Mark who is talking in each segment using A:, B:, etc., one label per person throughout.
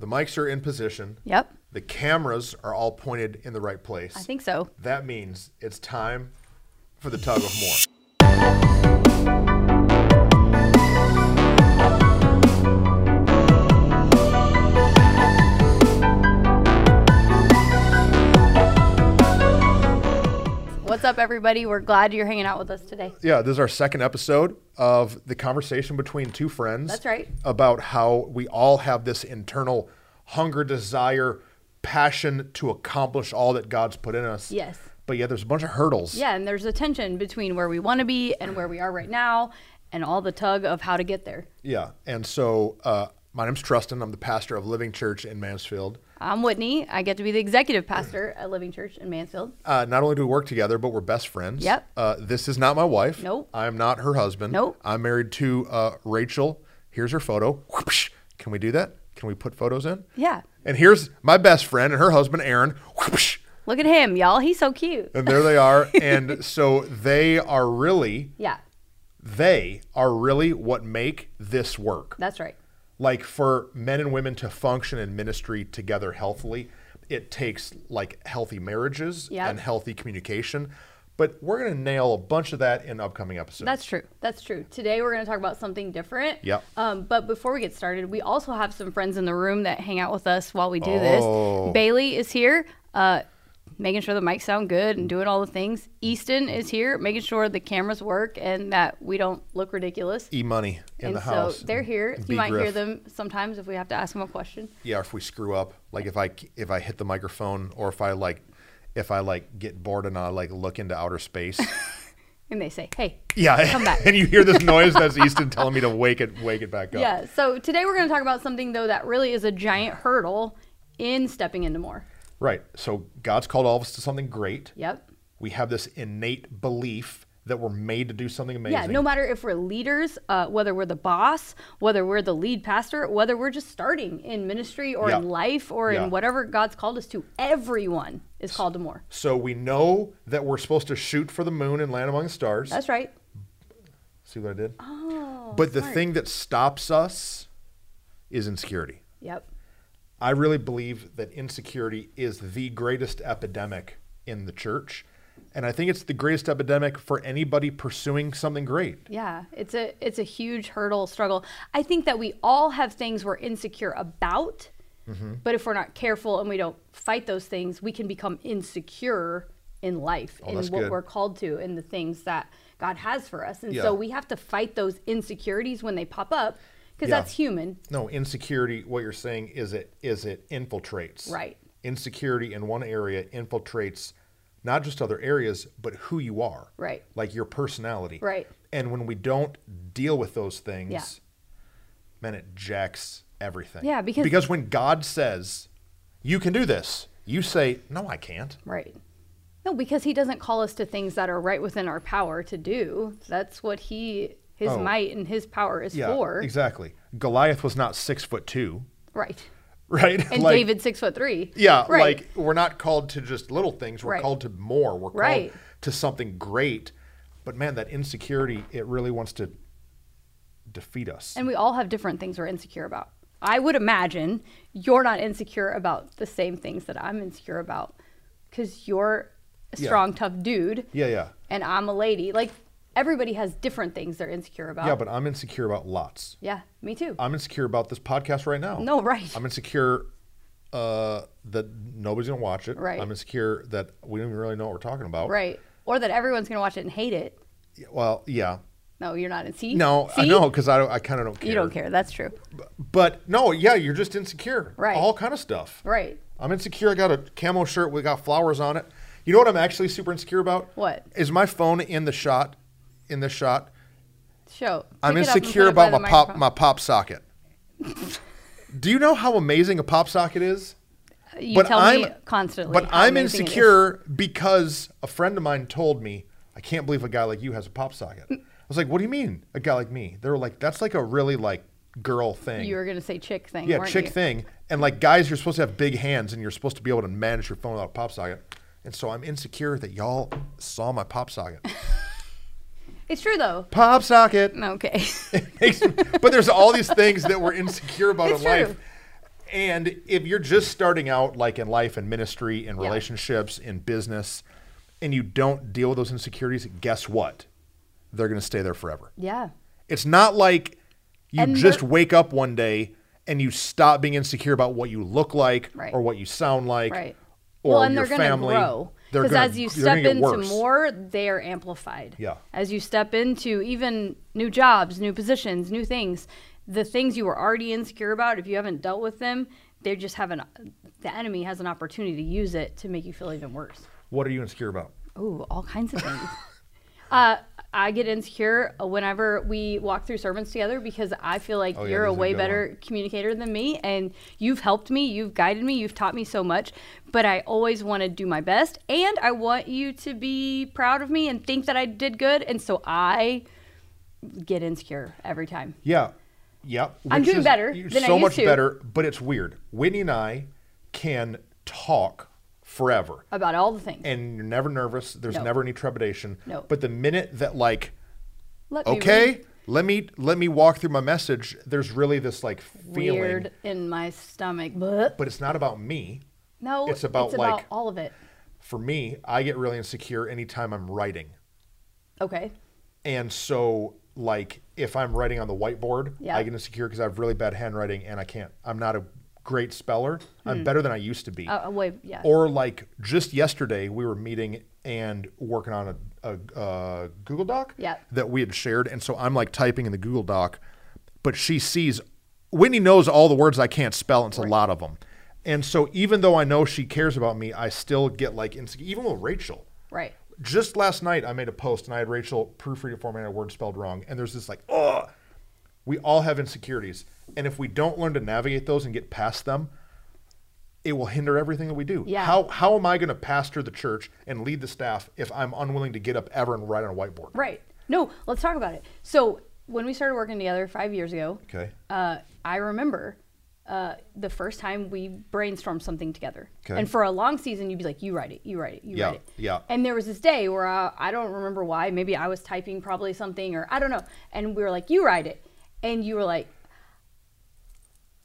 A: mics are in position.
B: Yep.
A: The cameras are all pointed in the right place.
B: I think so.
A: that means it's time for the tug of more.
B: What's up, everybody? We're glad you're hanging out with us today.
A: Yeah, this is our second episode of the conversation between two friends.
B: That's right.
A: About how we all have this internal hunger, desire, passion to accomplish all that God's put in us.
B: Yes.
A: But yeah, there's a bunch of hurdles.
B: Yeah, and there's a tension between where we want to be and where we are right now, and all the tug of how to get there.
A: Yeah. And so uh, my name's Trustin. I'm the pastor of Living Church in Mansfield.
B: I'm Whitney. I get to be the executive pastor at Living Church in Mansfield.
A: Uh, not only do we work together, but we're best friends.
B: Yep.
A: Uh, this is not my wife.
B: Nope.
A: I'm not her husband.
B: Nope.
A: I'm married to uh, Rachel. Here's her photo. Whoopsh. Can we do that? Can we put photos in?
B: Yeah.
A: And here's my best friend and her husband, Aaron. Whoopsh.
B: Look at him, y'all. He's so cute.
A: And there they are. and so they are really,
B: Yeah,
A: they are really what make this work.
B: that's right.
A: like for men and women to function in ministry together healthily it takes like healthy marriages
B: Yep.
A: and healthy communication but we're going to nail a bunch of that in upcoming episodes
B: That's true. That's true. Today we're going to talk about something different.
A: Yep.
B: Um, but before we get started, we also have some friends in the room that hang out with us while we do
A: Oh.
B: this. Bailey is here, uh, making sure the mics sound good and doing all the things. Easton is here, making sure the cameras work and that we don't look ridiculous.
A: e-money in
B: and
A: the
B: so
A: house
B: they're here.
A: And
B: You
A: B.
B: might hear
A: Griff.
B: them sometimes if we have to ask them a question.
A: yeah if we screw up like if i if i hit the microphone or if i like if i like get bored and i like look into outer space
B: And they say, hey,
A: yeah
B: Come back.
A: and you hear this noise that's easton telling me to wake it wake it back up
B: yeah. So today we're going to talk about something, though, that really is a giant hurdle in stepping into more.
A: right so god's called all of us to something great
B: Yep.
A: we have this innate belief that we're made to do something amazing.
B: Yeah, no matter if we're leaders, uh, whether we're the boss, whether we're the lead pastor, whether we're just starting in ministry or in
A: Yeah.
B: life or
A: Yeah.
B: in whatever God's called us to, everyone is called to more.
A: So we know that we're supposed to shoot for the moon and land among the stars.
B: That's right.
A: See what I did? Oh. But the thing that stops us is insecurity.
B: Yep.
A: I really believe that insecurity is the greatest epidemic in the church. And I think it's the greatest epidemic for anybody pursuing something great.
B: Yeah, it's a it's a huge hurdle struggle. I think that we all have things we're insecure about,
A: Mm-hmm.
B: but if we're not careful and we don't fight those things, we can become insecure in life in
A: Oh, that's
B: what
A: good.
B: we're called to and the things that God has for us. And
A: Yeah.
B: so we have to fight those insecurities when they pop up because
A: Yeah.
B: that's human.
A: No, insecurity, what you're saying is it is it infiltrates.
B: Right.
A: Insecurity in one area infiltrates not just other areas, but who you are.
B: Right.
A: Like your personality.
B: Right.
A: And when we don't deal with those things,
B: Yeah.
A: man, it jacks everything.
B: Yeah, because-
A: Because when God says, You can do this, you say, No, I can't.
B: Right. No, because he doesn't call us to things that are right within our power to do. That's what he his
A: Oh.
B: might and his power is for.
A: Exactly. Goliath was not six foot two.
B: Right.
A: Right.
B: And
A: Like-
B: David's six foot three.
A: Yeah,
B: Right.
A: like we're not called to just little things. We're
B: Right.
A: called to more. We're called
B: Right.
A: to something great. But man, that insecurity, it really wants to defeat us.
B: And we all have different things we're insecure about. I would imagine you're not insecure about the same things that I'm insecure about because you're a
A: Yeah.
B: strong, tough dude.
A: yeah, yeah.
B: And I'm a lady. Like everybody has different things they're insecure about.
A: Yeah, but I'm insecure about lots.
B: yeah, me too.
A: I'm insecure about this podcast right now.
B: no, right.
A: I'm insecure uh, that nobody's going to watch it.
B: Right.
A: I'm insecure that we don't even really know what we're talking about.
B: right. Or that everyone's going to watch it and hate it.
A: Yeah, Well, yeah.
B: No, you're not in see.
A: No,
B: see?
A: I know because I, don't- I kind of don't care.
B: You don't care. That's true.
A: But no, yeah, you're just insecure.
B: Right.
A: All kind of stuff.
B: Right.
A: I'm insecure. I got a camo shirt. We got flowers on it. You know what I'm actually super insecure about?
B: What?
A: Is my phone in the shot? In the shot,
B: Show.
A: I'm
B: Pick it up and
A: insecure
B: put it by
A: about my
B: the
A: pop
B: microphone.
A: my pop socket. Do you know how amazing a pop socket is?
B: You tell me constantly.
A: But
B: how
A: I'm
B: amazing it is.
A: insecure because a friend of mine told me, I can't believe a guy like you has a pop socket. I was like, what do you mean? A guy like me? They were like, that's like a really like girl thing.
B: You were going to say chick thing.
A: Yeah,
B: weren't
A: chick
B: you?
A: thing. And like guys, you're supposed to have big hands and you're supposed to be able to manage your phone without a pop socket. And so I'm insecure that y'all saw my pop socket.
B: It's true though.
A: pop socket.
B: Okay.
A: Makes- but there's all these things that we're insecure about
B: It's
A: in life.
B: true.
A: And if you're just starting out, like in life and ministry, in
B: Yeah.
A: relationships, in business, and you don't deal with those insecurities, guess what? They're going to stay there forever.
B: Yeah.
A: It's not like you
B: And
A: just
B: they're-
A: wake up one day and you stop being insecure about what you look like
B: Right.
A: or what you sound like
B: Right.
A: or
B: well, and
A: your
B: they're going to
A: family.
B: grow
A: They're
B: because
A: gonna-
B: as you
A: they're gonna
B: step
A: get
B: into
A: worse.
B: more, they are amplified.
A: Yeah.
B: As you step into even new jobs, new positions, new things, the things you were already insecure about, if you haven't dealt with them, they just have an the enemy has an opportunity to use it to make you feel even worse.
A: What are you insecure about?
B: Ooh, all kinds of things. uh, I get insecure whenever we walk through sermons together because I feel like
A: Oh, yeah,
B: you're
A: this
B: a
A: is a
B: way
A: good
B: better communicator than me, and you've helped me, you've guided me, you've taught me so much. But I always want to do my best, and I want you to be proud of me and think that I did good, and so I get insecure every time.
A: Yeah. Yep.
B: I'm
A: which
B: doing
A: is
B: better
A: you-
B: than I
A: So
B: used
A: much
B: to.
A: better, but it's weird. Whitney and I can talk forever.
B: About all the things.
A: And you're never nervous. There's
B: No.
A: never any trepidation.
B: No.
A: But the minute that like,
B: Let me read.
A: okay, let me let me walk through my message, there's really this like feeling.
B: Weird in my stomach. But
A: But it's not about me.
B: no,
A: it's about, like-
B: all of it.
A: For me, I get really insecure anytime I'm writing.
B: Okay.
A: And so like if I'm writing on the whiteboard,
B: Yeah.
A: I get insecure because I have really bad handwriting and I can't I'm not a great speller. I'm better than I used to be.
B: Uh, wait, yeah.
A: Or like just yesterday, we were meeting and working on a, a, a Google Doc
B: Yeah.
A: that we had shared, and so I'm like typing in the Google Doc, but she sees Whitney knows all the words I can't spell. And it's a lot of them, and so even though I know she cares about me, I still get like inse- even with Rachel.
B: right.
A: Just last night, I made a post and I had Rachel proofread it for me and I had a word spelled wrong. And there's this like, oh, we all have insecurities. And if we don't learn to navigate those and get past them, it will hinder everything that we do.
B: Yeah.
A: How, how am I going to pastor the church and lead the staff if I'm unwilling to get up ever and write on a whiteboard?
B: Right. No, let's talk about it. So when we started working together five years ago,
A: Okay.
B: uh, I remember uh, the first time we brainstormed something together.
A: Okay.
B: And for a long season, you'd be like, "You write it. You write it. You
A: Yeah,
B: write it."
A: yeah.
B: And there was this day where I, I don't remember why. Maybe I was typing probably something, or I don't know. And we were like, "You write it," and you were like.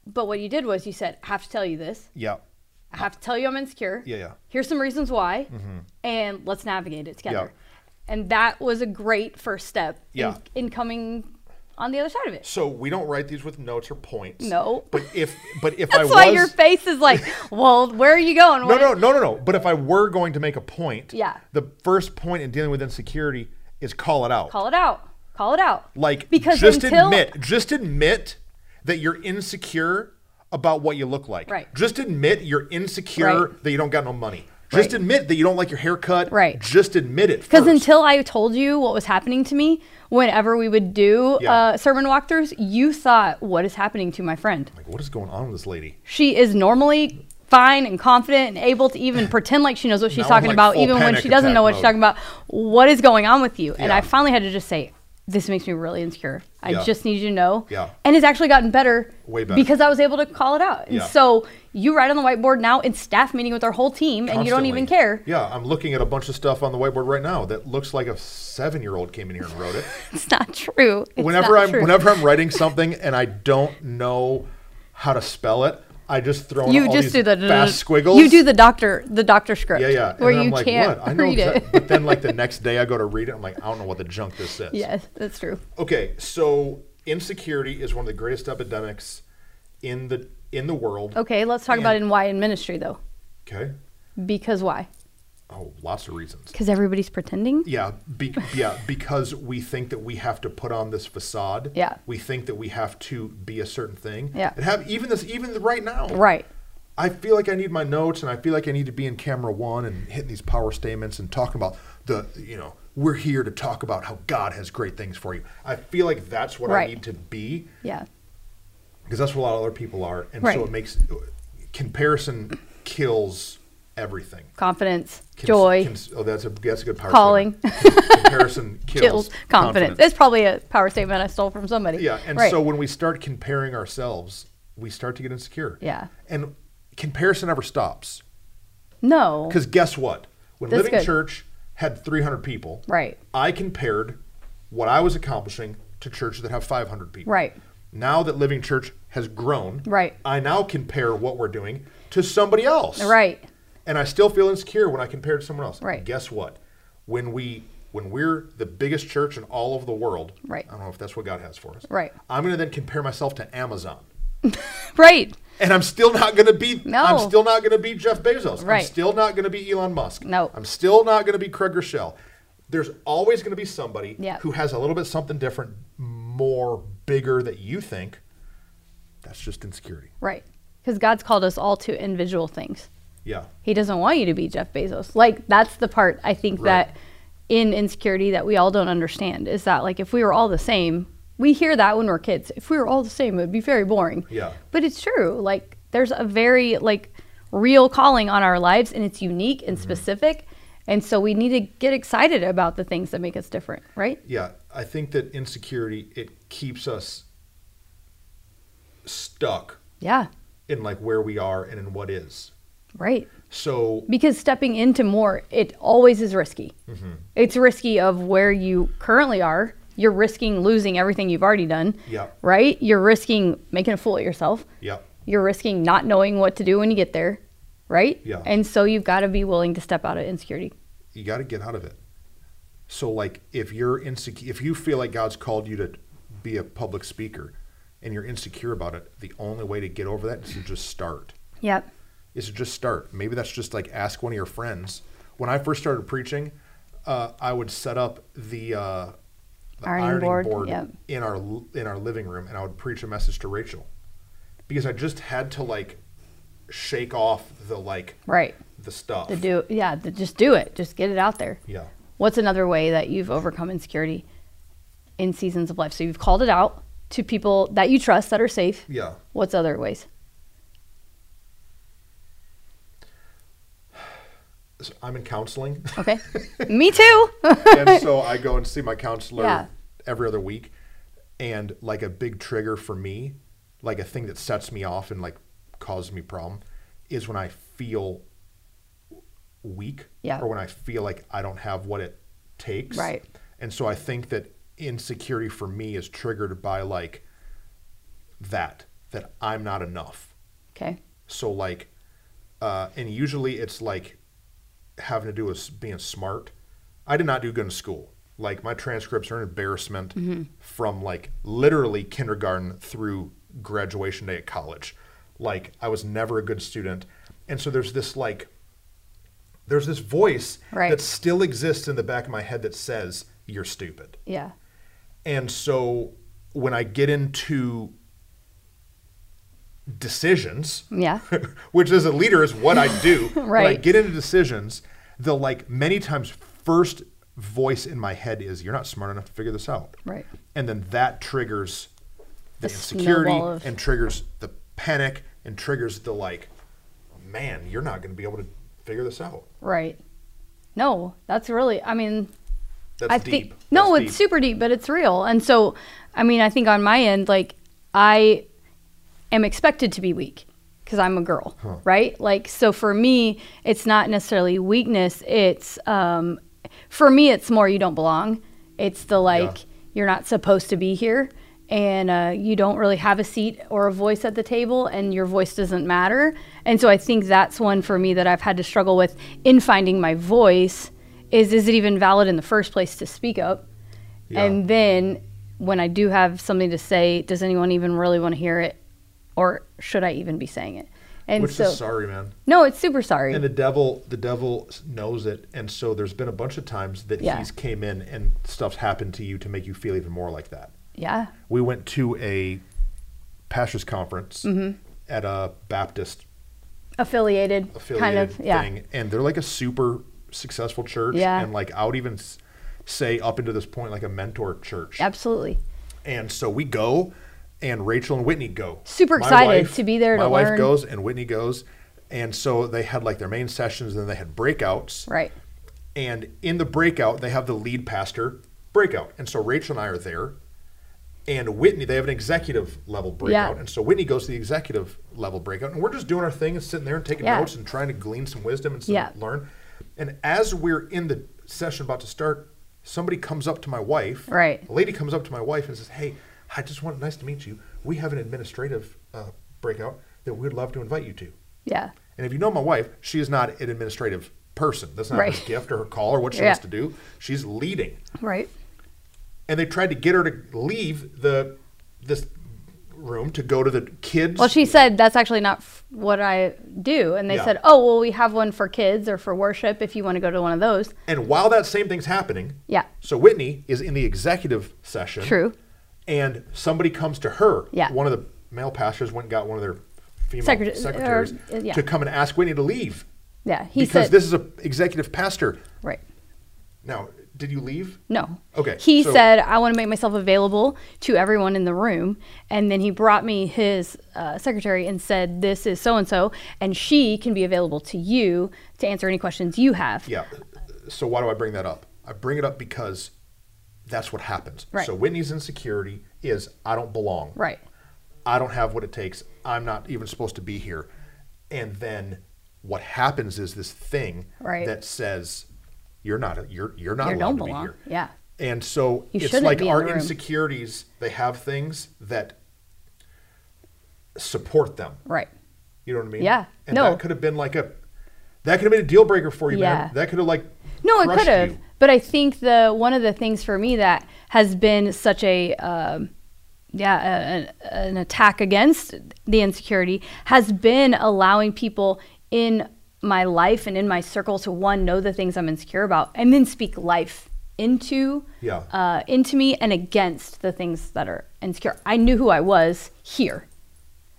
B: But what you did was you said, I have to tell you this.
A: Yeah.
B: I have to tell you I'm insecure.
A: Yeah, yeah.
B: Here's some reasons why, and let's navigate it together.
A: Yeah.
B: And that was a great first step
A: Yeah.
B: in, in coming on the other side of it.
A: So we don't write these with notes or points.
B: No.
A: But if but if I
B: That's
A: was
B: why your face is like, well, where are you going?
A: No,
B: What
A: no,
B: is-"
A: no, no, no. But if I were going to make a point,
B: Yeah.
A: the first point in dealing with insecurity is call it out.
B: Call it out. Call it out.
A: like
B: because
A: just
B: until
A: admit, just admit that you're insecure about what you look like.
B: Right.
A: Just admit you're insecure
B: Right.
A: that you don't got no money. Just
B: Right.
A: admit that you don't like your haircut.
B: Right.
A: Just admit it.
B: because
A: first.
B: until I told you what was happening to me, whenever we would do
A: Yeah.
B: uh, sermon walkthroughs, you thought, "What is happening to my friend?"
A: like, what is going on with this lady?
B: she is normally fine and confident and able to even pretend like she knows what she's
A: Now I'm,
B: talking
A: like,
B: about,
A: full
B: even when
A: panic
B: she doesn't
A: attack
B: know what she's
A: mode.
B: talking about. What is going on with you? And
A: Yeah.
B: I finally had to just say, this makes me really insecure. I
A: Yeah.
B: just need you to know.
A: Yeah.
B: And it's actually gotten better,
A: Way better.
B: because I was able to call it out. And
A: Yeah.
B: so you write on the whiteboard now in staff meeting with our whole team and you don't even
A: Constantly.
B: care.
A: Yeah, I'm looking at a bunch of stuff on the whiteboard right now that looks like a seven-year-old came in here and wrote it.
B: It's not true. It's
A: whenever
B: not
A: I'm
B: true.
A: whenever I'm writing something and I don't know how to spell it, I just throw in
B: you
A: all
B: just do
A: these
B: the
A: fast squiggles.
B: You do the doctor the doctor script.
A: yeah, yeah. And
B: Where
A: then
B: you
A: I'm like,
B: can't
A: what? I know
B: read
A: exact-
B: it.
A: But then like the next day I go to read it, I'm like, I don't know what the junk this is.
B: yes, that's true.
A: Okay, so insecurity is one of the greatest epidemics in the in the world.
B: Okay, let's talk
A: And-
B: about in why in ministry though.
A: Okay.
B: Because why?
A: Oh, lots of reasons.
B: Because everybody's pretending.
A: Yeah, be, yeah, because we think that we have to put on this facade.
B: Yeah.
A: We think that we have to be a certain thing.
B: Yeah.
A: And have even this even right now.
B: Right.
A: I feel like I need my notes and I feel like I need to be in camera one and hitting these power statements and talking about the, you know, we're here to talk about how God has great things for you. I feel like that's what I
B: Right.
A: need to be
B: Yeah.
A: because that's what a lot of other people are. And so
B: Right.
A: it makes comparison kills everything.
B: Confidence,
A: Cons-
B: joy,
A: cons- oh, that's a, that's a good power
B: Calling.
A: statement. Con- comparison kills,
B: chills, confidence. It's probably a power statement I stole from somebody.
A: Yeah, and
B: right.
A: so when we start comparing ourselves, we start to get insecure.
B: Yeah.
A: And comparison never stops.
B: no.
A: Because guess what? When
B: That's
A: Living
B: good.
A: Church had 300 people,
B: Right.
A: I compared what I was accomplishing to churches that have 500 people.
B: Right.
A: Now that Living Church has grown.
B: Right.
A: I now compare what we're doing to somebody else.
B: Right.
A: And I still feel insecure when I compare it to someone else.
B: Right.
A: Guess what? When we when we're the biggest church in all of the world,
B: Right.
A: I don't know if that's what God has for us.
B: Right.
A: I'm going to then compare myself to Amazon.
B: Right.
A: And I'm still not going to be.
B: No.
A: I'm still not going to be Jeff Bezos. I'm
B: Right.
A: still not going to be Elon Musk.
B: No.
A: I'm still not going to be Craig Rochelle. There's always going to be somebody
B: Yeah.
A: who has a little bit something different, more bigger that you think. That's just insecurity.
B: Right. Because God's called us all to individual things.
A: Yeah.
B: He doesn't want you to be Jeff Bezos. Like that's the part I think
A: Right.
B: that in insecurity that we all don't understand is that like if we were all the same, we hear that when we're kids. If we were all the same, it would be very boring.
A: Yeah.
B: But it's true. Like there's a very like real calling on our lives and it's unique
A: Mm-hmm.
B: and specific. And so we need to get excited about the things that make us different, right?
A: yeah i think that insecurity it keeps us stuck
B: Yeah.
A: in like where we are and in what is
B: Right.
A: so
B: because stepping into more it always is risky
A: Mm-hmm.
B: it's risky of where you currently are you're risking losing everything you've already done
A: Yeah.
B: right you're risking making a fool of yourself
A: yeah
B: you're risking not knowing what to do when you get there right
A: Yeah.
B: and so you've got to be willing to step out of insecurity
A: you got to get out of it so like if you're insecure if you feel like god's called you to be a public speaker and you're insecure about it the only way to get over that is to just start
B: yep
A: is to just start. Maybe that's just like ask one of your friends. When I first started preaching, uh, I would set up the, uh, the
B: Ironing board, yep.
A: in our l- in our living room, and I would preach a message to Rachel because I just had to like shake off the like
B: right
A: the stuff.
B: to do yeah to just do it just get it out there
A: yeah,
B: What's another way that you've overcome insecurity in seasons of life? So you've called it out to people that you trust that are safe.
A: Yeah.
B: What's other ways?
A: So I'm in counseling,
B: Okay. Me too.
A: and so I go and see my counselor
B: Yeah.
A: every other week. And like a big trigger for me, like a thing that sets me off and like causes me problem, is when I feel weak
B: Yeah.
A: or when I feel like I don't have what it takes.
B: Right.
A: And so I think that insecurity for me is triggered by like that, that I'm not enough.
B: okay.
A: So like, uh, and usually it's like having to do with s- being smart. I did not do good in school. Like my transcripts are an embarrassment from like literally kindergarten through graduation day at college. Like I was never a good student, and so there's this like, there's this voice
B: Right.
A: that still exists in the back of my head that says you're stupid.
B: Yeah.
A: And so when I get into decisions,
B: Yeah.
A: which as a leader is what I do, when I
B: Right.
A: get into decisions, the like many times first voice in my head is you're not smart enough to figure this out.
B: Right.
A: And then that triggers the
B: A
A: insecurity
B: snowball of-
A: and triggers the panic and triggers the like man, you're not going to be able to figure this out.
B: Right. No, that's really, I mean,
A: That's
B: I
A: deep.
B: think no,
A: That's
B: it's
A: deep.
B: super deep, but it's real. And so, I mean, I think on my end, like I am expected to be weak because I'm a girl, right? Like, so for me, it's not necessarily weakness. It's um, for me, it's more you don't belong. It's the like you're not supposed to be here, and uh, you don't really have a seat or a voice at the table, and your voice doesn't matter. And so I think that's one for me that I've had to struggle with in finding my voice. Is is it even valid in the first place to speak up?
A: Yeah.
B: And then when I do have something to say, does anyone even really want to hear it? Or should I even be saying it? And
A: which
B: so,
A: is sorry, man.
B: no, it's super sorry.
A: And the devil, the devil knows it, and so there's been a bunch of times that
B: Yeah.
A: he's came in and stuff's happened to you to make you feel even more like that.
B: yeah.
A: We went to a pastors conference
B: Mm-hmm.
A: at a Baptist
B: Affiliated,
A: affiliated
B: kind of. Yeah.
A: thing, and they're like a super successful church,
B: Yeah.
A: and like I would even s- say up into this point like a mentor church.
B: Absolutely.
A: And so we go, and Rachel and Whitney go.
B: Super
A: My
B: excited to be there
A: My
B: to
A: wife
B: learn.
A: goes, and Whitney goes, and so they had like their main sessions, then they had breakouts.
B: Right.
A: And in the breakout, they have the lead pastor breakout. And so Rachel and I are there. And Whitney, they have an executive level breakout. And so Whitney goes to the executive level breakout. And we're just doing our thing and sitting there and taking
B: Yeah.
A: notes and trying to glean some wisdom and some
B: Yeah.
A: learn. And as we're in the session about to start, somebody comes up to my wife.
B: Right.
A: A lady comes up to my wife and says, Hey, I just want nice to meet you. We have an administrative uh, breakout that we'd love to invite you to.
B: Yeah.
A: And if you know my wife, she is not an administrative person. That's not
B: Right.
A: her gift or her call or what she
B: Yeah.
A: wants to do. She's leading.
B: Right.
A: And they tried to get her to leave the this room to go to the kids.
B: Well, she said that's actually not f- what I do, and they
A: Yeah.
B: said, "Oh, well, we have one for kids or for worship if you want to go to one of those."
A: and while that same thing's happening,
B: Yeah.
A: So Whitney is in the executive session.
B: True.
A: And somebody comes to her.
B: Yeah.
A: One of the male pastors went and got one of their female
B: Secreta-
A: secretaries
B: or, uh, yeah.
A: to come and ask Whitney to leave
B: Yeah, he
A: because
B: said.
A: this is an executive pastor.
B: right.
A: Now, did you leave?
B: No.
A: Okay,
B: He
A: so-
B: said, "I want to make myself available to everyone in the room," and then he brought me his uh, secretary and said, "This is so and so, and she can be available to you to answer any questions you have."
A: Yeah. So why do I bring that up? I bring it up because that's what happens.
B: Right.
A: So Whitney's insecurity is I don't belong.
B: Right.
A: I don't have what it takes. I'm not even supposed to be here. And then what happens is this thing
B: Right.
A: that says you're not you're you're not
B: You
A: allowed
B: don't
A: to
B: belong.
A: be here.
B: Yeah.
A: And so
B: You
A: it's
B: shouldn't
A: like
B: be in
A: our
B: the room.
A: insecurities, they have things that support them.
B: Right.
A: You know what I mean?
B: Yeah.
A: And
B: No.
A: that could have been like a that could have been a deal breaker for you,
B: Yeah.
A: man. That could have like
B: No, it
A: crushed
B: could have.
A: you.
B: But I think the one of the things for me that has been such a um, yeah a, a- an attack against the insecurity has been allowing people in my life and in my circle to one know the things I'm insecure about and then speak life into
A: Yeah.
B: uh, into me and against the things that are insecure. I knew who I was here.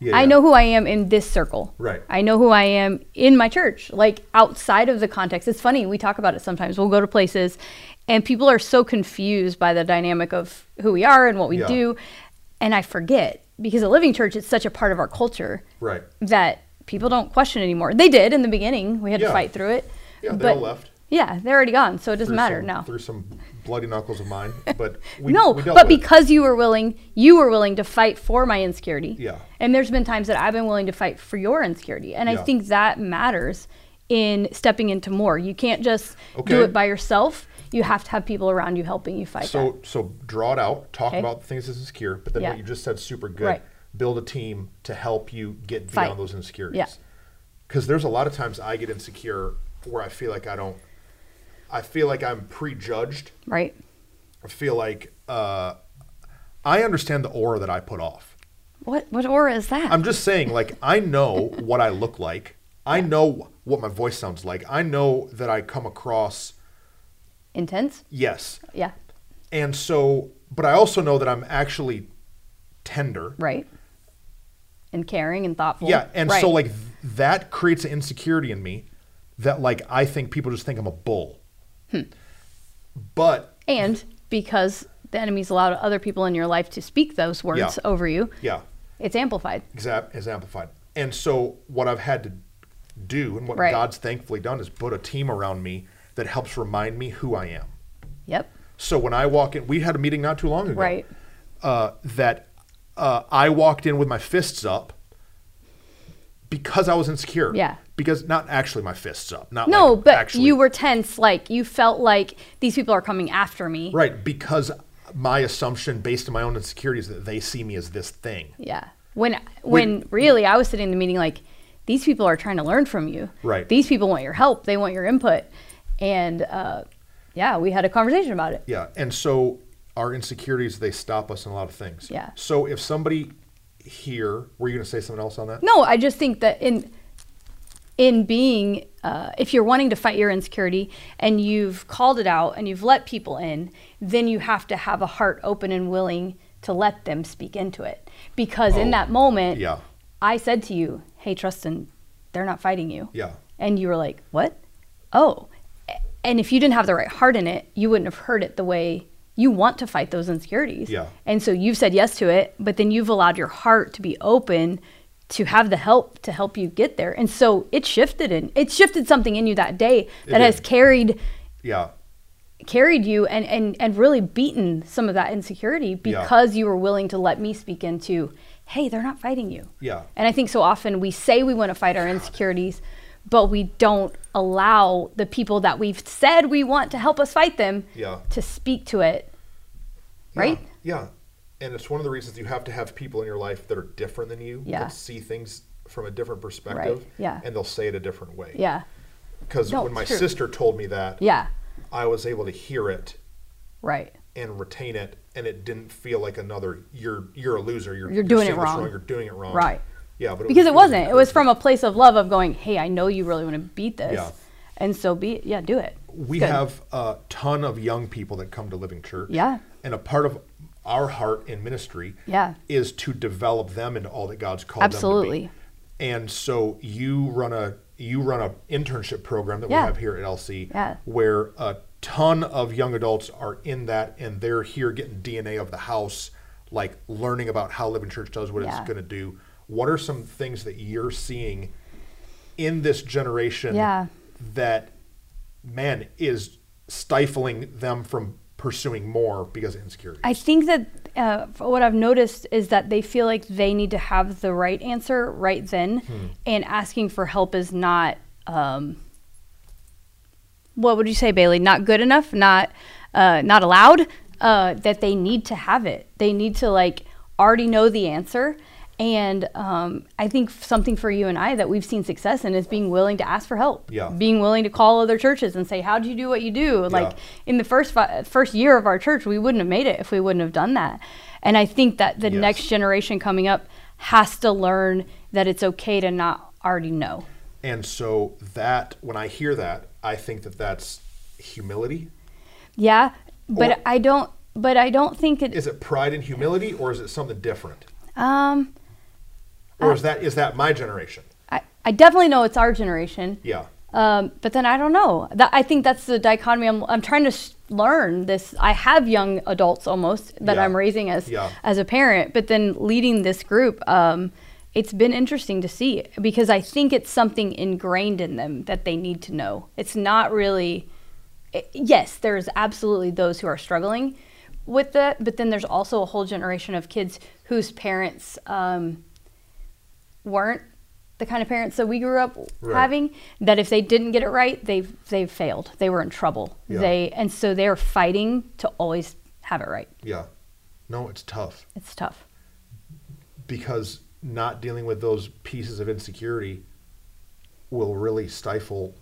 A: Yeah,
B: I
A: yeah.
B: know who I am in this circle.
A: Right.
B: I know who I am in my church, like outside of the context. It's funny, we talk about it sometimes. We'll go to places and people are so confused by the dynamic of who we are and what we
A: Yeah.
B: do. And I forget because at Living Church, it's such a part of our culture
A: Right.
B: that people don't question anymore. They did in the beginning, we had
A: Yeah.
B: to fight through it.
A: Yeah, they
B: but-
A: all left.
B: Yeah, they're already gone, so it doesn't
A: through
B: matter
A: some-
B: now.
A: Through some bloody knuckles of mine, but we,
B: no,
A: we dealt
B: but
A: with it.
B: because you were willing, you were willing to fight for my insecurity.
A: Yeah.
B: And there's been times that I've been willing to fight for your insecurity, and
A: Yeah.
B: I think that matters in stepping into more. You can't just
A: Okay.
B: do it by yourself. You have to have people around you helping you fight
A: so so draw it out, talk
B: Okay.
A: about the things that's insecure, but then
B: Yeah.
A: what you just said super good.
B: Right.
A: Build a team to help you get
B: Fight.
A: beyond those insecurities.
B: Yeah.
A: Cuz there's a lot of times I get insecure where I feel like I don't I feel like I'm prejudged.
B: that, right?
A: I feel like uh, I understand the aura that I put off.
B: What what aura is that?
A: I'm just saying, like, I know what I look like. I know what my voice sounds like. I know that I come across,
B: Intense?
A: yes.
B: Yeah.
A: And so, but I also know that I'm actually tender.
B: Right. And caring and thoughtful.
A: Yeah. And
B: Right.
A: so, like, th- that creates an insecurity in me that, like, I think people just think I'm a bull.
B: Hmm.
A: But
B: and because the enemy's allowed other people in your life to speak those words
A: Yeah.
B: over you,
A: yeah,
B: it's amplified.
A: exact is amplified. And so, what I've had to do and what
B: Right.
A: God's thankfully done is put a team around me that helps remind me who I am.
B: Yep.
A: So when I walk in, we had a meeting not too long ago.
B: Right.
A: Uh, that uh, I walked in with my fists up because I was insecure.
B: Yeah.
A: Because not actually my fists up. Not
B: No,
A: like
B: but
A: actually,
B: you were tense. Like you felt like these people are coming after me.
A: right because my assumption based on my own insecurities that they see me as this thing.
B: Yeah. When when really I was sitting in the meeting like these people are trying to learn from you.
A: Right.
B: These people want your help. They want your input. And uh, yeah, we had a conversation about it.
A: Yeah, and so our insecurities they stop us in a lot of things.
B: Yeah.
A: So if somebody here, were you going to say something else on that?
B: No, I just think that in in being uh, if you're wanting to fight your insecurity and you've called it out and you've let people in, then you have to have a heart open and willing to let them speak into it. Because in
A: Oh,
B: that moment,
A: yeah.
B: I said to you, "Hey, Tristan, they're not fighting you."
A: Yeah.
B: And you were like, "What? Oh." A- And if you didn't have the right heart in it, you wouldn't have heard it the way you want to fight those insecurities.
A: Yeah.
B: And so you've said yes to it, but then you've allowed your heart to be open to have the help to help you get there. And so it shifted in it shifted something in you that day that
A: did.
B: has carried
A: Yeah.
B: carried you and, and and really beaten some of that insecurity because you were willing to let me speak into, hey, they're not fighting you.
A: Yeah.
B: And I think so often we say we want to fight our insecurities, but we don't allow the people that we've said we want to help us fight them
A: Yeah.
B: to speak to it.
A: Yeah,
B: Right?
A: Yeah. and it's one of the reasons you have to have people in your life that are different than you
B: Yeah.
A: that see things from a different perspective
B: yeah.
A: and they'll say it a different way
B: Yeah.
A: because
B: No,
A: when my
B: it's true.
A: sister told me that
B: Yeah.
A: i was able to hear it
B: Right.
A: and retain it and it didn't feel like another you're you're a loser you're,
B: doing it
A: seeing this
B: wrong.
A: you're doing it wrong
B: Right.
A: yeah but
B: Because it wasn't. It was from a place of love of going, hey, I know you really want to beat this.
A: Yeah.
B: And so be it. Yeah, do it.
A: we
B: Good.
A: have a ton of young people that come to Living Church.
B: Yeah.
A: And a part of our heart in ministry
B: Yeah.
A: is to develop them into all that God's called them
B: Absolutely.
A: to be. And so you run a you run a internship program that
B: Yeah.
A: we have here at LC
B: Yeah.
A: where a ton of young adults are in that and they're here getting DNA of the house, like learning about how Living Church does what
B: Yeah.
A: it's gonna do. What are some things that you're seeing in this generation
B: Yeah.
A: that man is stifling them from pursuing more because of insecurity.
B: I think that uh, f- what I've noticed is that they feel like they need to have the right answer right then, and asking for help is not. Um, what would you say, Bailey? Not good enough? Not, uh, not allowed? Uh, that they need to have it. They need to like already know the answer. And um, I think something for you and I that we've seen success in is being willing to ask for help.
A: Yeah.
B: Being willing to call other churches and say, "How do you do what you do?" Like in the first fi- first year of our church, we wouldn't have made it if we wouldn't have done that. And I think that the
A: Yes.
B: next generation coming up has to learn that it's okay to not already know.
A: and so that when I hear that, I think that that's humility.
B: Yeah, but
A: Or-
B: I don't. But I don't think it.
A: Is it pride and humility or is it something different?
B: Um,
A: Or is that is that my generation?
B: I, I definitely know it's our generation.
A: Yeah.
B: Um, but then I don't know. That, I think that's the dichotomy. I'm, I'm trying to s learn this. I have young adults almost that
A: Yeah.
B: I'm raising as
A: Yeah.
B: as a parent, but then leading this group, um, it's been interesting to see because I think it's something ingrained in them that they need to know. It's not really. i yes, there's absolutely those who are struggling with that, but then there's also a whole generation of kids whose parents. Um, weren't the kind of parents that we grew up
A: Right.
B: having that if they didn't get it right they've they've failed they were in trouble
A: Yeah.
B: they and so they're fighting to always have it right
A: Yeah. No, it's tough
B: it's tough
A: because not dealing with those pieces of insecurity will really stifle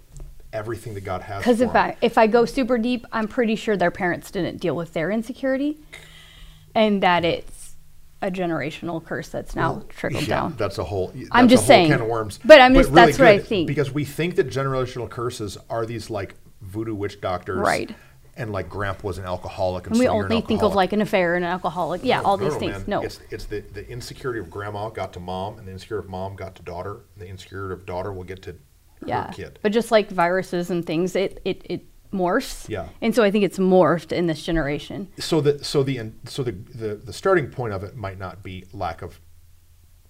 A: everything that God has.
B: because
A: for
B: if
A: 'em.
B: i if i go super deep i'm pretty sure their parents didn't deal with their insecurity and that it's a generational curse that's now trickled
A: Yeah,
B: down
A: That's a whole. That's
B: I'm just
A: a whole
B: saying.
A: Can of worms.
B: But I'm just- that's what I
A: good,
B: think.
A: because we think that generational curses are these like voodoo witch doctors,
B: Right.
A: And like Grandpa was an alcoholic, and,
B: and we
A: so you're an
B: only think of
A: alcoholic.
B: like an affair and an alcoholic yeah
A: No,
B: all
A: no,
B: these
A: no,
B: things
A: man.
B: no
A: it's, it's the the insecurity of grandma got to mom, and the insecurity of mom got to daughter, and the insecurity of daughter will get to
B: yeah
A: her kid.
B: but just like viruses and things it it, it morphs
A: Yeah.
B: and so i think it's morphed in this generation
A: so the so the in- so the, the the starting point of it might not be lack of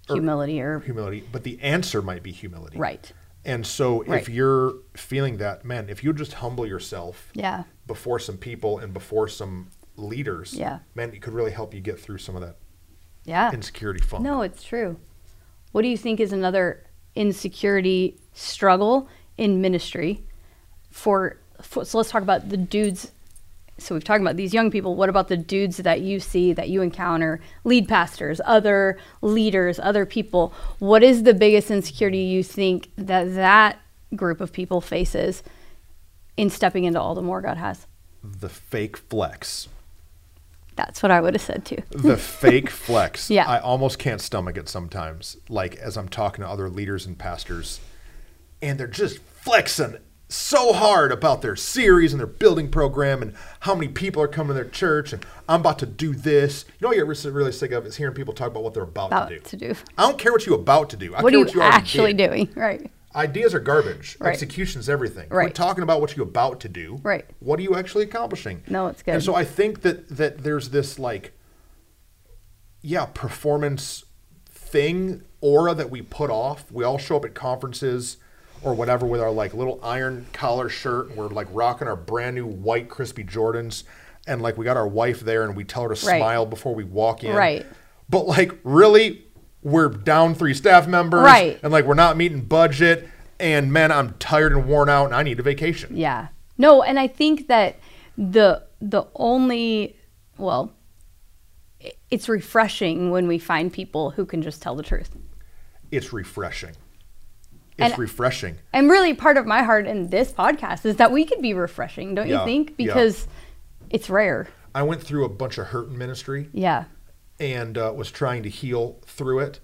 A: or-
B: humility or
A: humility, but the answer might be humility,
B: right
A: And so
B: Right.
A: if you're feeling that, man, if you just humble yourself,
B: yeah
A: before some people and before some leaders,
B: Yeah.
A: man, it could really help you get through some of that
B: yeah
A: insecurity funk.
B: no it's true what do you think is another insecurity struggle in ministry for, for so let's talk about the dudes so we've talked about these young people what about the dudes that you see that you encounter lead pastors other leaders other people what is the biggest insecurity you think that that group of people faces in stepping into all the more god has
A: The fake flex.
B: that's what i would have said too
A: The fake flex.
B: Yeah.
A: I almost can't stomach it sometimes. Like as I'm talking to other leaders and pastors, and they're just flexing so hard about their series and their building program and how many people are coming to their church and I'm about to do this. You know what I get really really sick of is hearing people talk about what they're about,
B: about
A: to do.
B: to do
A: I don't care what you about to do. I
B: what
A: care
B: are
A: what
B: you
A: you already
B: actually
A: did.
B: doing right
A: Ideas are garbage.
B: Right.
A: Execution's everything. We're
B: Right.
A: talking about what you're about to do.
B: Right.
A: What are you actually accomplishing?
B: No, it's good.
A: And so I think that that there's this like, yeah, performance thing aura that we put off. We all show up at conferences or whatever with our like little iron collar shirt. And we're like rocking our brand new white crispy Jordans, and like we got our wife there, and we tell her to
B: Right.
A: smile before we walk in.
B: Right.
A: But like really. We're down three staff members,
B: Right.
A: and like we're not meeting budget and man i'm tired and worn out and i need a vacation
B: Yeah. No, and I think that the the only well, i- it's refreshing when we find people who can just tell the truth.
A: It's refreshing. It's
B: And-
A: refreshing.
B: And really, part of my heart in this podcast is that we could be refreshing, don't
A: Yeah,
B: you think?
A: yeah.
B: Because it's rare.
A: I went through a bunch of hurt in ministry
B: Yeah.
A: and uh, was trying to heal through it.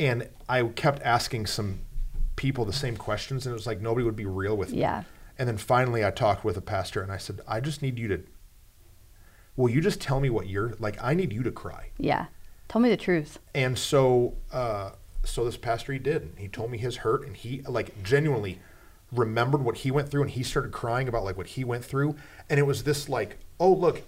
A: And I kept asking some people the same questions, and it was like nobody would be real with me.
B: Yeah.
A: And then finally, I talked with a pastor, and I said, "I just need you to. Will you just tell me what you're like? I need you to cry."
B: Yeah. Tell me the truth.
A: And so, uh, so this pastor he did. He told me his hurt, and he like genuinely remembered what he went through, and he started crying about like what he went through. And it was this like, oh look,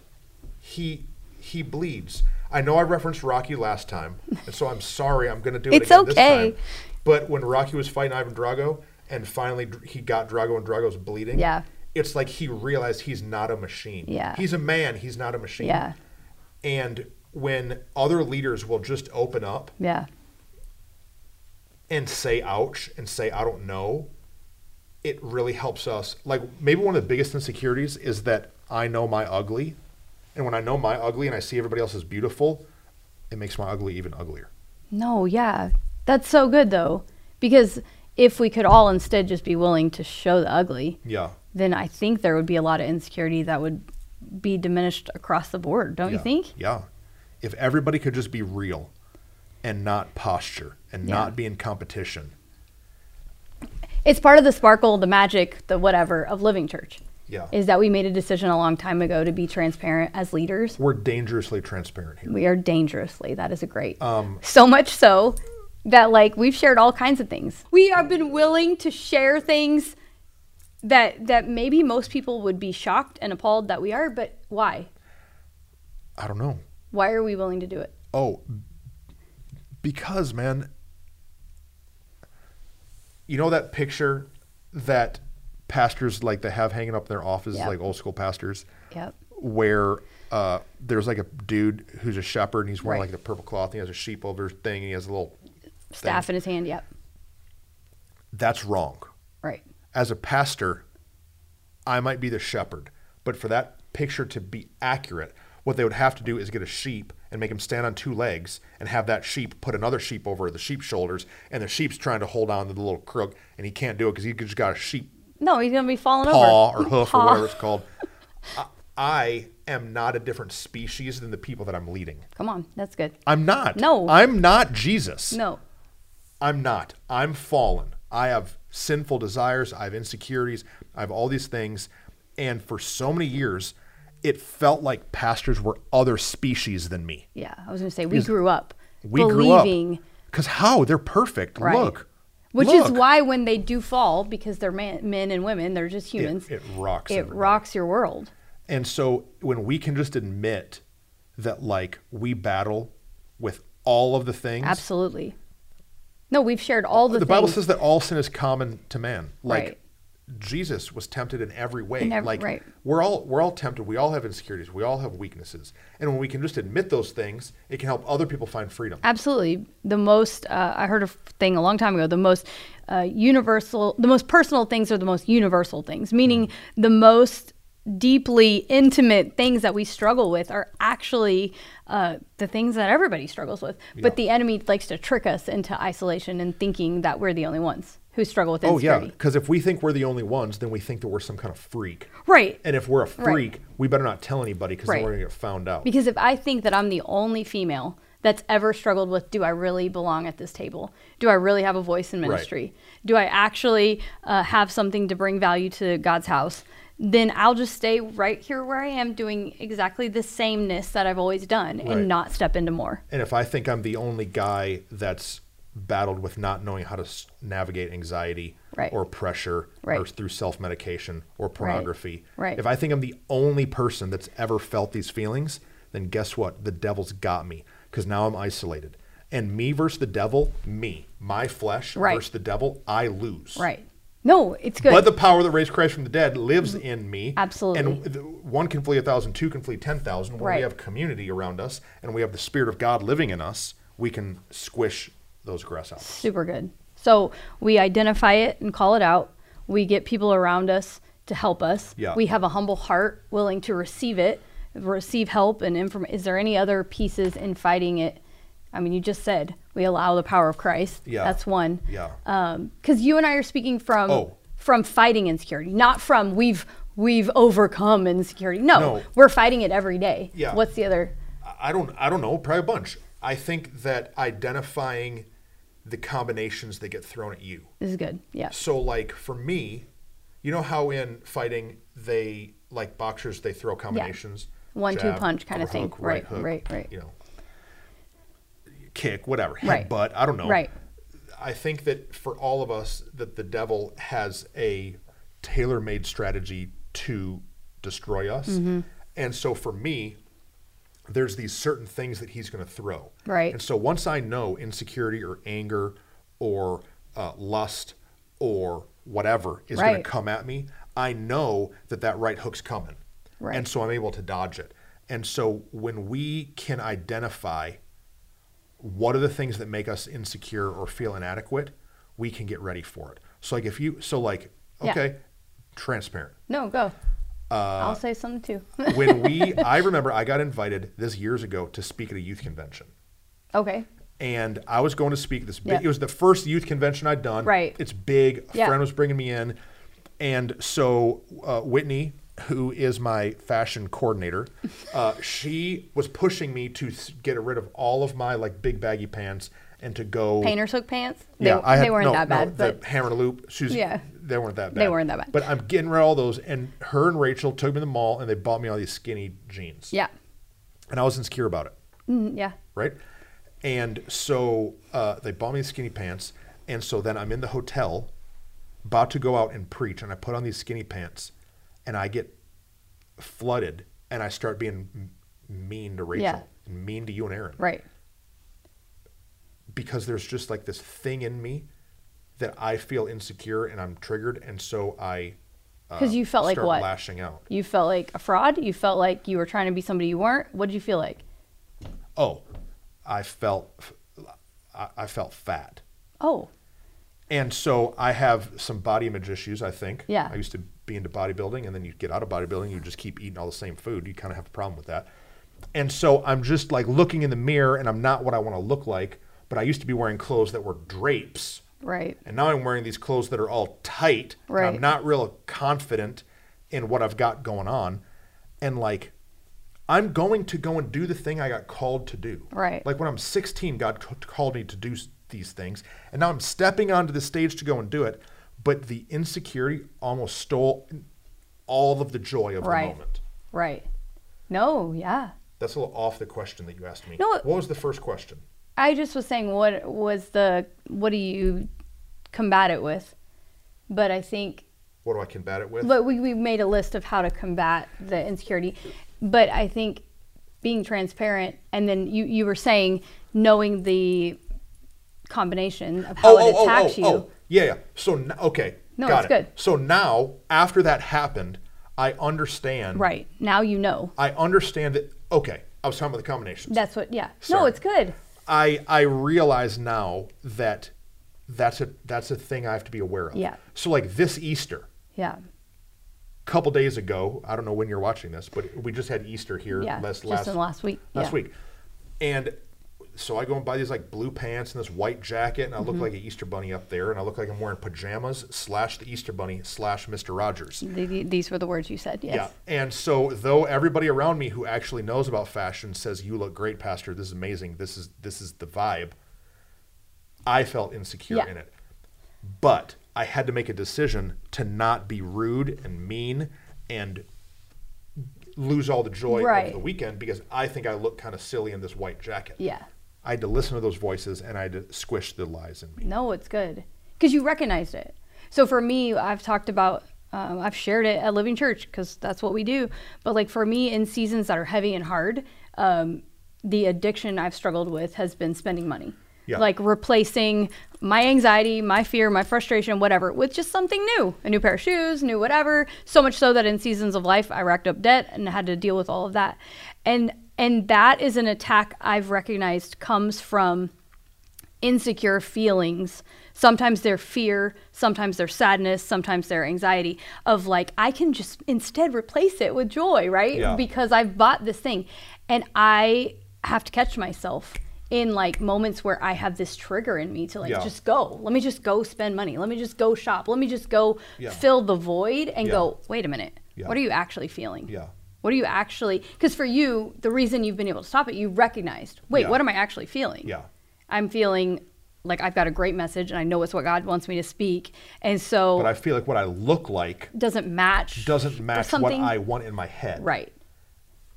A: he he bleeds. I know I referenced Rocky last time, and so I'm sorry. I'm going to do it
B: It's
A: again
B: okay.
A: this time. But when Rocky was fighting Ivan Drago, and finally dr- he got Drago, and Drago's bleeding.
B: Yeah.
A: It's like he realized he's not a machine.
B: Yeah.
A: He's a man. He's not a machine.
B: Yeah.
A: And when other leaders will just open up
B: Yeah.
A: and say ouch and say I don't know, it really helps us. Like maybe one of the biggest insecurities is that I know my ugly. And when I know my ugly and I see everybody else is beautiful, it makes my ugly even uglier.
B: No, yeah. That's so good, though. Because if we could all instead just be willing to show the ugly,
A: Yeah.
B: then I think there would be a lot of insecurity that would be diminished across the board, don't
A: Yeah.
B: you think?
A: Yeah. If everybody could just be real and not posture and
B: Yeah.
A: not be in competition.
B: It's part of the sparkle, the magic, the whatever of Living Church.
A: Yeah.
B: Is that we made a decision a long time ago to be transparent as leaders.
A: We're dangerously transparent here.
B: We are dangerously. That is a great.
A: Um,
B: so much so that like we've shared all kinds of things. We have been willing to share things that that maybe most people would be shocked and appalled that we are, but why?
A: I don't know.
B: Why are we willing to do it?
A: Oh, because man, you know that picture that pastors like they have hanging up in their offices,
B: Yep.
A: like old school pastors,
B: Yep.
A: where uh, there's like a dude who's a shepherd and he's wearing
B: Right.
A: like the purple cloth and he has a sheep over his thing and he has a little.
B: Staff in his hand, yep.
A: That's wrong.
B: Right.
A: As a pastor, I might be the shepherd, but for that picture to be accurate, what they would have to do is get a sheep and make him stand on two legs and have that sheep put another sheep over the sheep's shoulders, and the sheep's trying to hold on to the little crook, and he can't do it because he just got a sheep
B: No, he's gonna be falling
A: paw
B: over.
A: or hoof
B: Paw.
A: or whatever it's called. I, I am not a different species than the people that I'm leading.
B: Come on, that's good.
A: I'm not.
B: No.
A: I'm not Jesus.
B: No.
A: I'm not. I'm fallen. I have sinful desires. I have insecurities. I have all these things. And for so many years, it felt like pastors were other species than me.
B: Yeah. I was gonna say we grew up
A: We
B: believing
A: grew up. Because how? They're perfect.
B: Right.
A: Look.
B: Which is
A: Look.
B: why when they do fall, because they're man, men and women, they're just humans.
A: it rocks
B: It
A: everybody.
B: rocks your world.
A: And so when we can just admit that, like, we battle with all of the things.
B: Absolutely. No, we've shared all the,
A: The Bible
B: things.
A: says that all sin is common to man. Like
B: Right.
A: Jesus was tempted in every way.
B: In every-
A: like
B: right.
A: we're all we're all tempted. We all have insecurities. We all have weaknesses. And when we can just admit those things, it can help other people find freedom.
B: Absolutely. The most, uh, I heard a f- thing a long time ago, the most uh, universal, the most personal things are the most universal things, meaning
A: Mm.
B: the most deeply intimate things that we struggle with are actually uh, the things that everybody struggles with. But the enemy likes to trick us into isolation and thinking that we're the only ones who struggle with
A: Oh yeah,
B: insecurity.
A: because if we think we're the only ones, then we think that we're some kind of freak.
B: Right.
A: And if we're a freak, we better not tell anybody because
B: Right.
A: then we're gonna get found out.
B: Because if I think that I'm the only female that's ever struggled with, do I really belong at this table? Do I really have a voice in ministry? Do I actually uh, have something to bring value to God's house? Then I'll just stay right here where I am, doing exactly the sameness that I've always done
A: Right.
B: and not step into more.
A: and if I think I'm the only guy that's battled with not knowing how to s- navigate anxiety
B: Right.
A: or pressure or
B: Right.
A: through self-medication or pornography,
B: Right.
A: if I think I'm the only person that's ever felt these feelings, then guess what? The devil's got me because now I'm isolated. And me versus the devil, me, my flesh
B: Right.
A: versus the devil, I lose.
B: Right. No, it's good.
A: But the power that raised Christ from the dead lives in me.
B: Mm-hmm. Absolutely.
A: And th- one can flee a thousand, two can flee ten thousand. When we
B: Right.
A: have community around us and we have the Spirit of God living in us, we can squish those grasshoppers.
B: Super good. So we identify it and call it out. We get people around us to help us.
A: Yeah.
B: We have a humble heart willing to receive it receive help and inform. Is there any other pieces in fighting it? I mean, you just said we allow the power of Christ.
A: Yeah.
B: That's one.
A: Yeah.
B: Because you and I are speaking from
A: Oh.
B: from fighting insecurity, not from we've we've overcome insecurity. No,
A: No.
B: we're fighting it every day.
A: Yeah.
B: What's the other?
A: I- I don't I don't know, probably a bunch. I think that identifying the combinations that get thrown at you.
B: This is good. Yeah.
A: So like for me, you know how in fighting they like boxers they throw combinations.
B: One, two punch kinda
A: overhook,
B: thing. Right, right, right.
A: You know. Kick, whatever,
B: Right.
A: headbutt, I don't know.
B: Right.
A: I think that for all of us that the devil has a tailor-made strategy to destroy us.
B: Mm-hmm.
A: And so for me, there's these certain things that he's going to throw.
B: Right.
A: And so once I know insecurity or anger or uh, lust or whatever is going
B: Right.
A: to come at me, I know that that right hook's coming.
B: Right.
A: And so I'm able to dodge it. And so when we can identify what are the things that make us insecure or feel inadequate, we can get ready for it. So like if you so like
B: Yeah.
A: okay, transparent
B: No, go.
A: Uh,
B: I'll say something too.
A: when we I remember I got invited this years ago to speak at a youth convention.
B: okay.
A: And I was going to speak at this big
B: Yeah.
A: it was the first youth convention I'd done.
B: Right.
A: It's big. A
B: Yeah.
A: friend was bringing me in. And so uh, Whitney, who is my fashion coordinator, uh, she was pushing me to s- get rid of all of my like big baggy pants and to go
B: Painter's hook pants. They,
A: yeah, I had,
B: they weren't
A: no,
B: that
A: no,
B: bad, but
A: the hammer and loop shoes.
B: Yeah.
A: they weren't that bad.
B: They weren't that bad.
A: But I'm getting rid of all those, and her and Rachel took me to the mall, and they bought me all these skinny jeans.
B: yeah,
A: and I was insecure about it,
B: Mm, yeah.
A: right? And so uh, they bought me these skinny pants, and so then I'm in the hotel, about to go out and preach, and I put on these skinny pants, and I get flooded, and I start being m- mean to Rachel,
B: Yeah.
A: and mean to you and Aaron,
B: Right.
A: because there's just like this thing in me that I feel insecure and I'm triggered, and so I Uh,
B: Because you felt like
A: start
B: what?
A: lashing out.
B: You felt like a fraud. You felt like you were trying to be somebody you weren't. What did you feel like?
A: Oh, I felt I, I felt fat,
B: Oh,
A: and so I have some body image issues. I think.
B: Yeah.
A: I used to be into bodybuilding, and then you get out of bodybuilding, you just keep eating all the same food. You kind of have a problem with that, and so I'm just like looking in the mirror, and I'm not what I want to look like. But I used to be wearing clothes that were drapes.
B: right.
A: and now I'm wearing these clothes that are all tight. and
B: Right.
A: I'm not real confident in what I've got going on. And like, I'm going to go and do the thing I got called to do.
B: Right.
A: Like when I'm 16, God c- called me to do s- these things. And now I'm stepping onto the stage to go and do it. But the insecurity almost stole all of the joy of
B: Right.
A: the moment.
B: Right. No, yeah.
A: That's a little off the question that you asked me.
B: No, it-
A: what was the first question?
B: I just was saying what was the what do you combat it with? But I think
A: What do I combat it with?
B: but we, we made a list of how to combat the insecurity. But I think being transparent and then you, you were saying knowing the combination of
A: Oh,
B: how it attacks you.
A: Yeah, yeah. So n- okay,
B: No,
A: got
B: it's
A: it.
B: good.
A: So now, after that happened, I understand.
B: Right. Now you know.
A: I understand that. Okay, I was talking about the combination.
B: That's what yeah. No,
A: Sorry.
B: it's good.
A: I I realize now that that's a that's a thing I have to be aware of.
B: Yeah.
A: So like this Easter,
B: Yeah.
A: a couple days ago, I don't know when you're watching this, but we just had Easter here
B: Yeah.
A: last
B: just
A: last
B: in the last week.
A: last
B: yeah.
A: week. And so I go and buy these like blue pants and this white jacket, and I look like an Easter bunny up there, and I look like I'm wearing pajamas slash the Easter bunny slash Mister Rogers.
B: The- the- these were the words you said, yes.
A: Yeah. And so though everybody around me who actually knows about fashion says you look great, Pastor, this is amazing, this is this is the vibe, I felt insecure
B: Yeah.
A: in it. But I had to make a decision to not be rude and mean and lose all the joy
B: Right.
A: of the weekend because I think I look kind of silly in this white jacket.
B: Yeah.
A: I had to listen to those voices and I had to squish the lies in me.
B: No, it's good because you recognized it. So for me, I've talked about, um, I've shared it at Living Church because that's what we do. But like for me, in seasons that are heavy and hard, um, the addiction I've struggled with has been spending money.
A: Yeah.
B: Like replacing my anxiety, my fear, my frustration, whatever, with just something new a new pair of shoes, new whatever. So much so that in seasons of life, I racked up debt and had to deal with all of that. And and that is an attack I've recognized comes from insecure feelings sometimes their fear, sometimes their sadness, sometimes their anxiety of like, I can just instead replace it with joy, right?
A: Yeah.
B: Because I've bought this thing. And I have to catch myself in like moments where I have this trigger in me to like
A: Yeah.
B: just go. Let me just go spend money. Let me just go shop. Let me just go
A: Yeah.
B: fill the void and
A: Yeah.
B: go, wait a minute.
A: Yeah.
B: What are you actually feeling?
A: Yeah.
B: What are you actually? Because for you, the reason you've been able to stop it, you recognized, wait,
A: Yeah.
B: what am I actually feeling?
A: Yeah.
B: I'm feeling like I've got a great message and I know it's what God wants me to speak. And so
A: But I
B: it
A: feel like what I look like
B: doesn't match.
A: doesn't
B: or
A: match what
B: something-
A: I want in my head.
B: Right.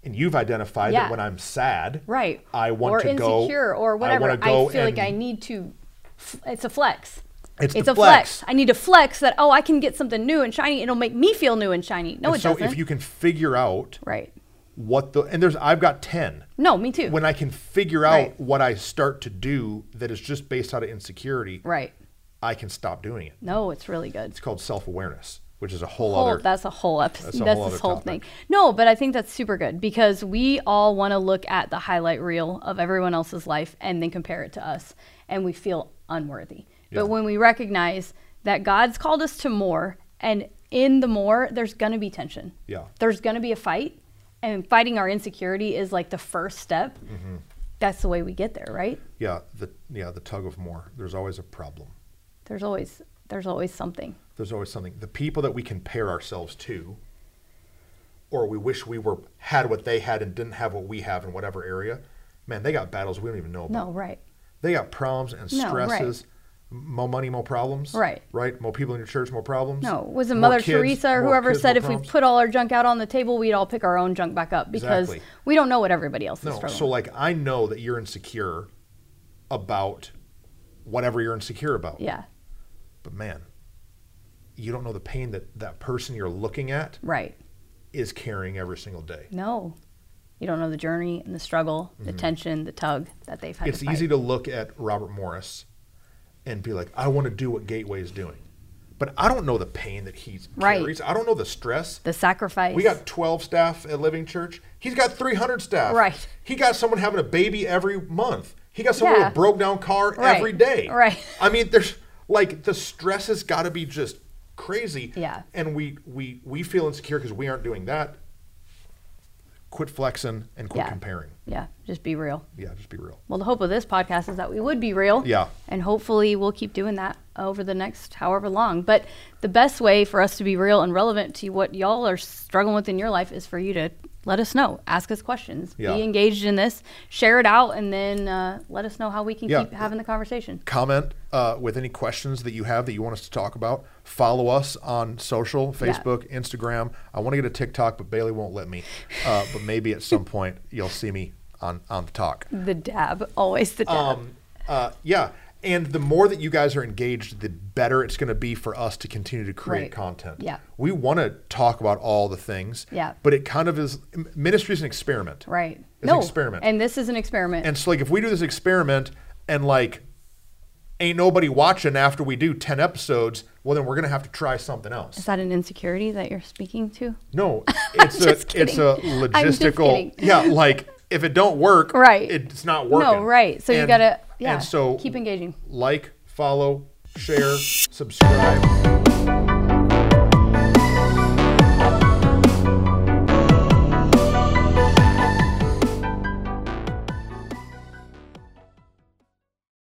A: And you've identified
B: Yeah.
A: that when I'm sad,
B: Right.
A: I want
B: or
A: to
B: insecure
A: go
B: or
A: I
B: whatever. I,
A: want to go
B: feel
A: and
B: like I need to. f- It's a flex.
A: It's
B: it's
A: the
B: a flex.
A: flex.
B: I need to flex that. Oh, I can get something new and shiny. It'll make me feel new and shiny. No,
A: and
B: it
A: so
B: doesn't.
A: if you can figure out
B: right.
A: what the and there's I've got 10.
B: No, me too.
A: When I can figure out
B: Right.
A: what I start to do that is just based out of insecurity,
B: right.
A: I can stop doing it.
B: No, it's really good.
A: It's called self-awareness, which is a whole,
B: whole-
A: other
B: that's a whole episode.
A: that's
B: That's,
A: a whole
B: this
A: other
B: whole
A: topic.
B: thing. No, but I think that's super good because we all want to look at the highlight reel of everyone else's life and then compare it to us, and we feel unworthy.
A: Yeah.
B: But when we recognize that God's called us to more, and in the more, there's going to be tension.
A: Yeah.
B: There's going to be a fight, and fighting our insecurity is like the first step.
A: Mm-hmm.
B: That's the way we get there, right?
A: yeah, the yeah, the tug of more. There's always a problem.
B: There's always there's always something.
A: There's always something. The people that we compare ourselves to or we wish we were had what they had and didn't have what we have in whatever area, man, they got battles we don't even know about.
B: No, right.
A: They got problems and
B: No, right.
A: stresses. M More money, more problems.
B: Right.
A: Right. More people in your church, more problems.
B: No, was it
A: More
B: Mother
A: kids,
B: Teresa or
A: more
B: whoever
A: kids,
B: said
A: more
B: if we
A: problems.
B: put all our junk out on the table, we'd all pick our own junk back up because
A: Exactly.
B: we don't know what everybody else is
A: No,
B: struggling.
A: so like I know that you're insecure about whatever you're insecure about.
B: with. yeah,
A: But man, you don't know the pain that that person you're looking at
B: right.
A: is carrying every single day.
B: No, you don't know the journey and the struggle, the tension, the tug that they've had.
A: Mm-hmm. It's
B: to fight.
A: easy to look at Robert Morris and be like, I want to do what Gateway is doing. But I don't know the pain that he's
B: Right.
A: carries. I don't know the stress.
B: the sacrifice.
A: We got 12 staff at Living Church. He's got 300 staff.
B: Right.
A: He got someone having a baby every month. He got someone
B: Yeah.
A: with a broke down car
B: Right.
A: every day.
B: Right.
A: I mean, there's like the stress has got to be just crazy.
B: Yeah.
A: And we we we feel insecure because we aren't doing that. Quit flexing and quit
B: Yeah.
A: comparing.
B: yeah. Just be real.
A: Yeah, just be real.
B: Well, the hope of this podcast is that we would be real.
A: Yeah.
B: And hopefully we'll keep doing that over the next however long. But the best way for us to be real and relevant to what y'all are struggling with in your life is for you to let us know, ask us questions,
A: Yeah.
B: be engaged in this, share it out, and then uh, let us know how we can
A: Yeah.
B: keep having the conversation.
A: Comment uh, with any questions that you have that you want us to talk about. Follow us on social,
B: Yeah.
A: Facebook, Instagram. I want to get a TikTok, but Bailey won't let me. Uh, but maybe at some point you'll see me on on the talk.
B: The dab, always the dab.
A: um, uh, yeah. And the more that you guys are engaged, the better it's going to be for us to continue to create
B: Right.
A: content.
B: Yeah.
A: We want to talk about all the things.
B: Yeah.
A: But it kind of is m- ministry is an experiment.
B: right.
A: It's an experiment.
B: And this is an experiment.
A: And so, like, if we do this experiment and like ain't nobody watching after we do ten episodes, well, then we're going to have to try something
B: is
A: else.
B: that an insecurity that you're speaking to?
A: No, it's a
B: just
A: it's a
B: kidding. I'm just
A: logistical.
B: kidding.
A: Yeah, like if it don't work,
B: Right.
A: It's not working.
B: No, right. So you
A: And-
B: gotta yeah.
A: And so
B: keep engaging.
A: like, follow, share, subscribe.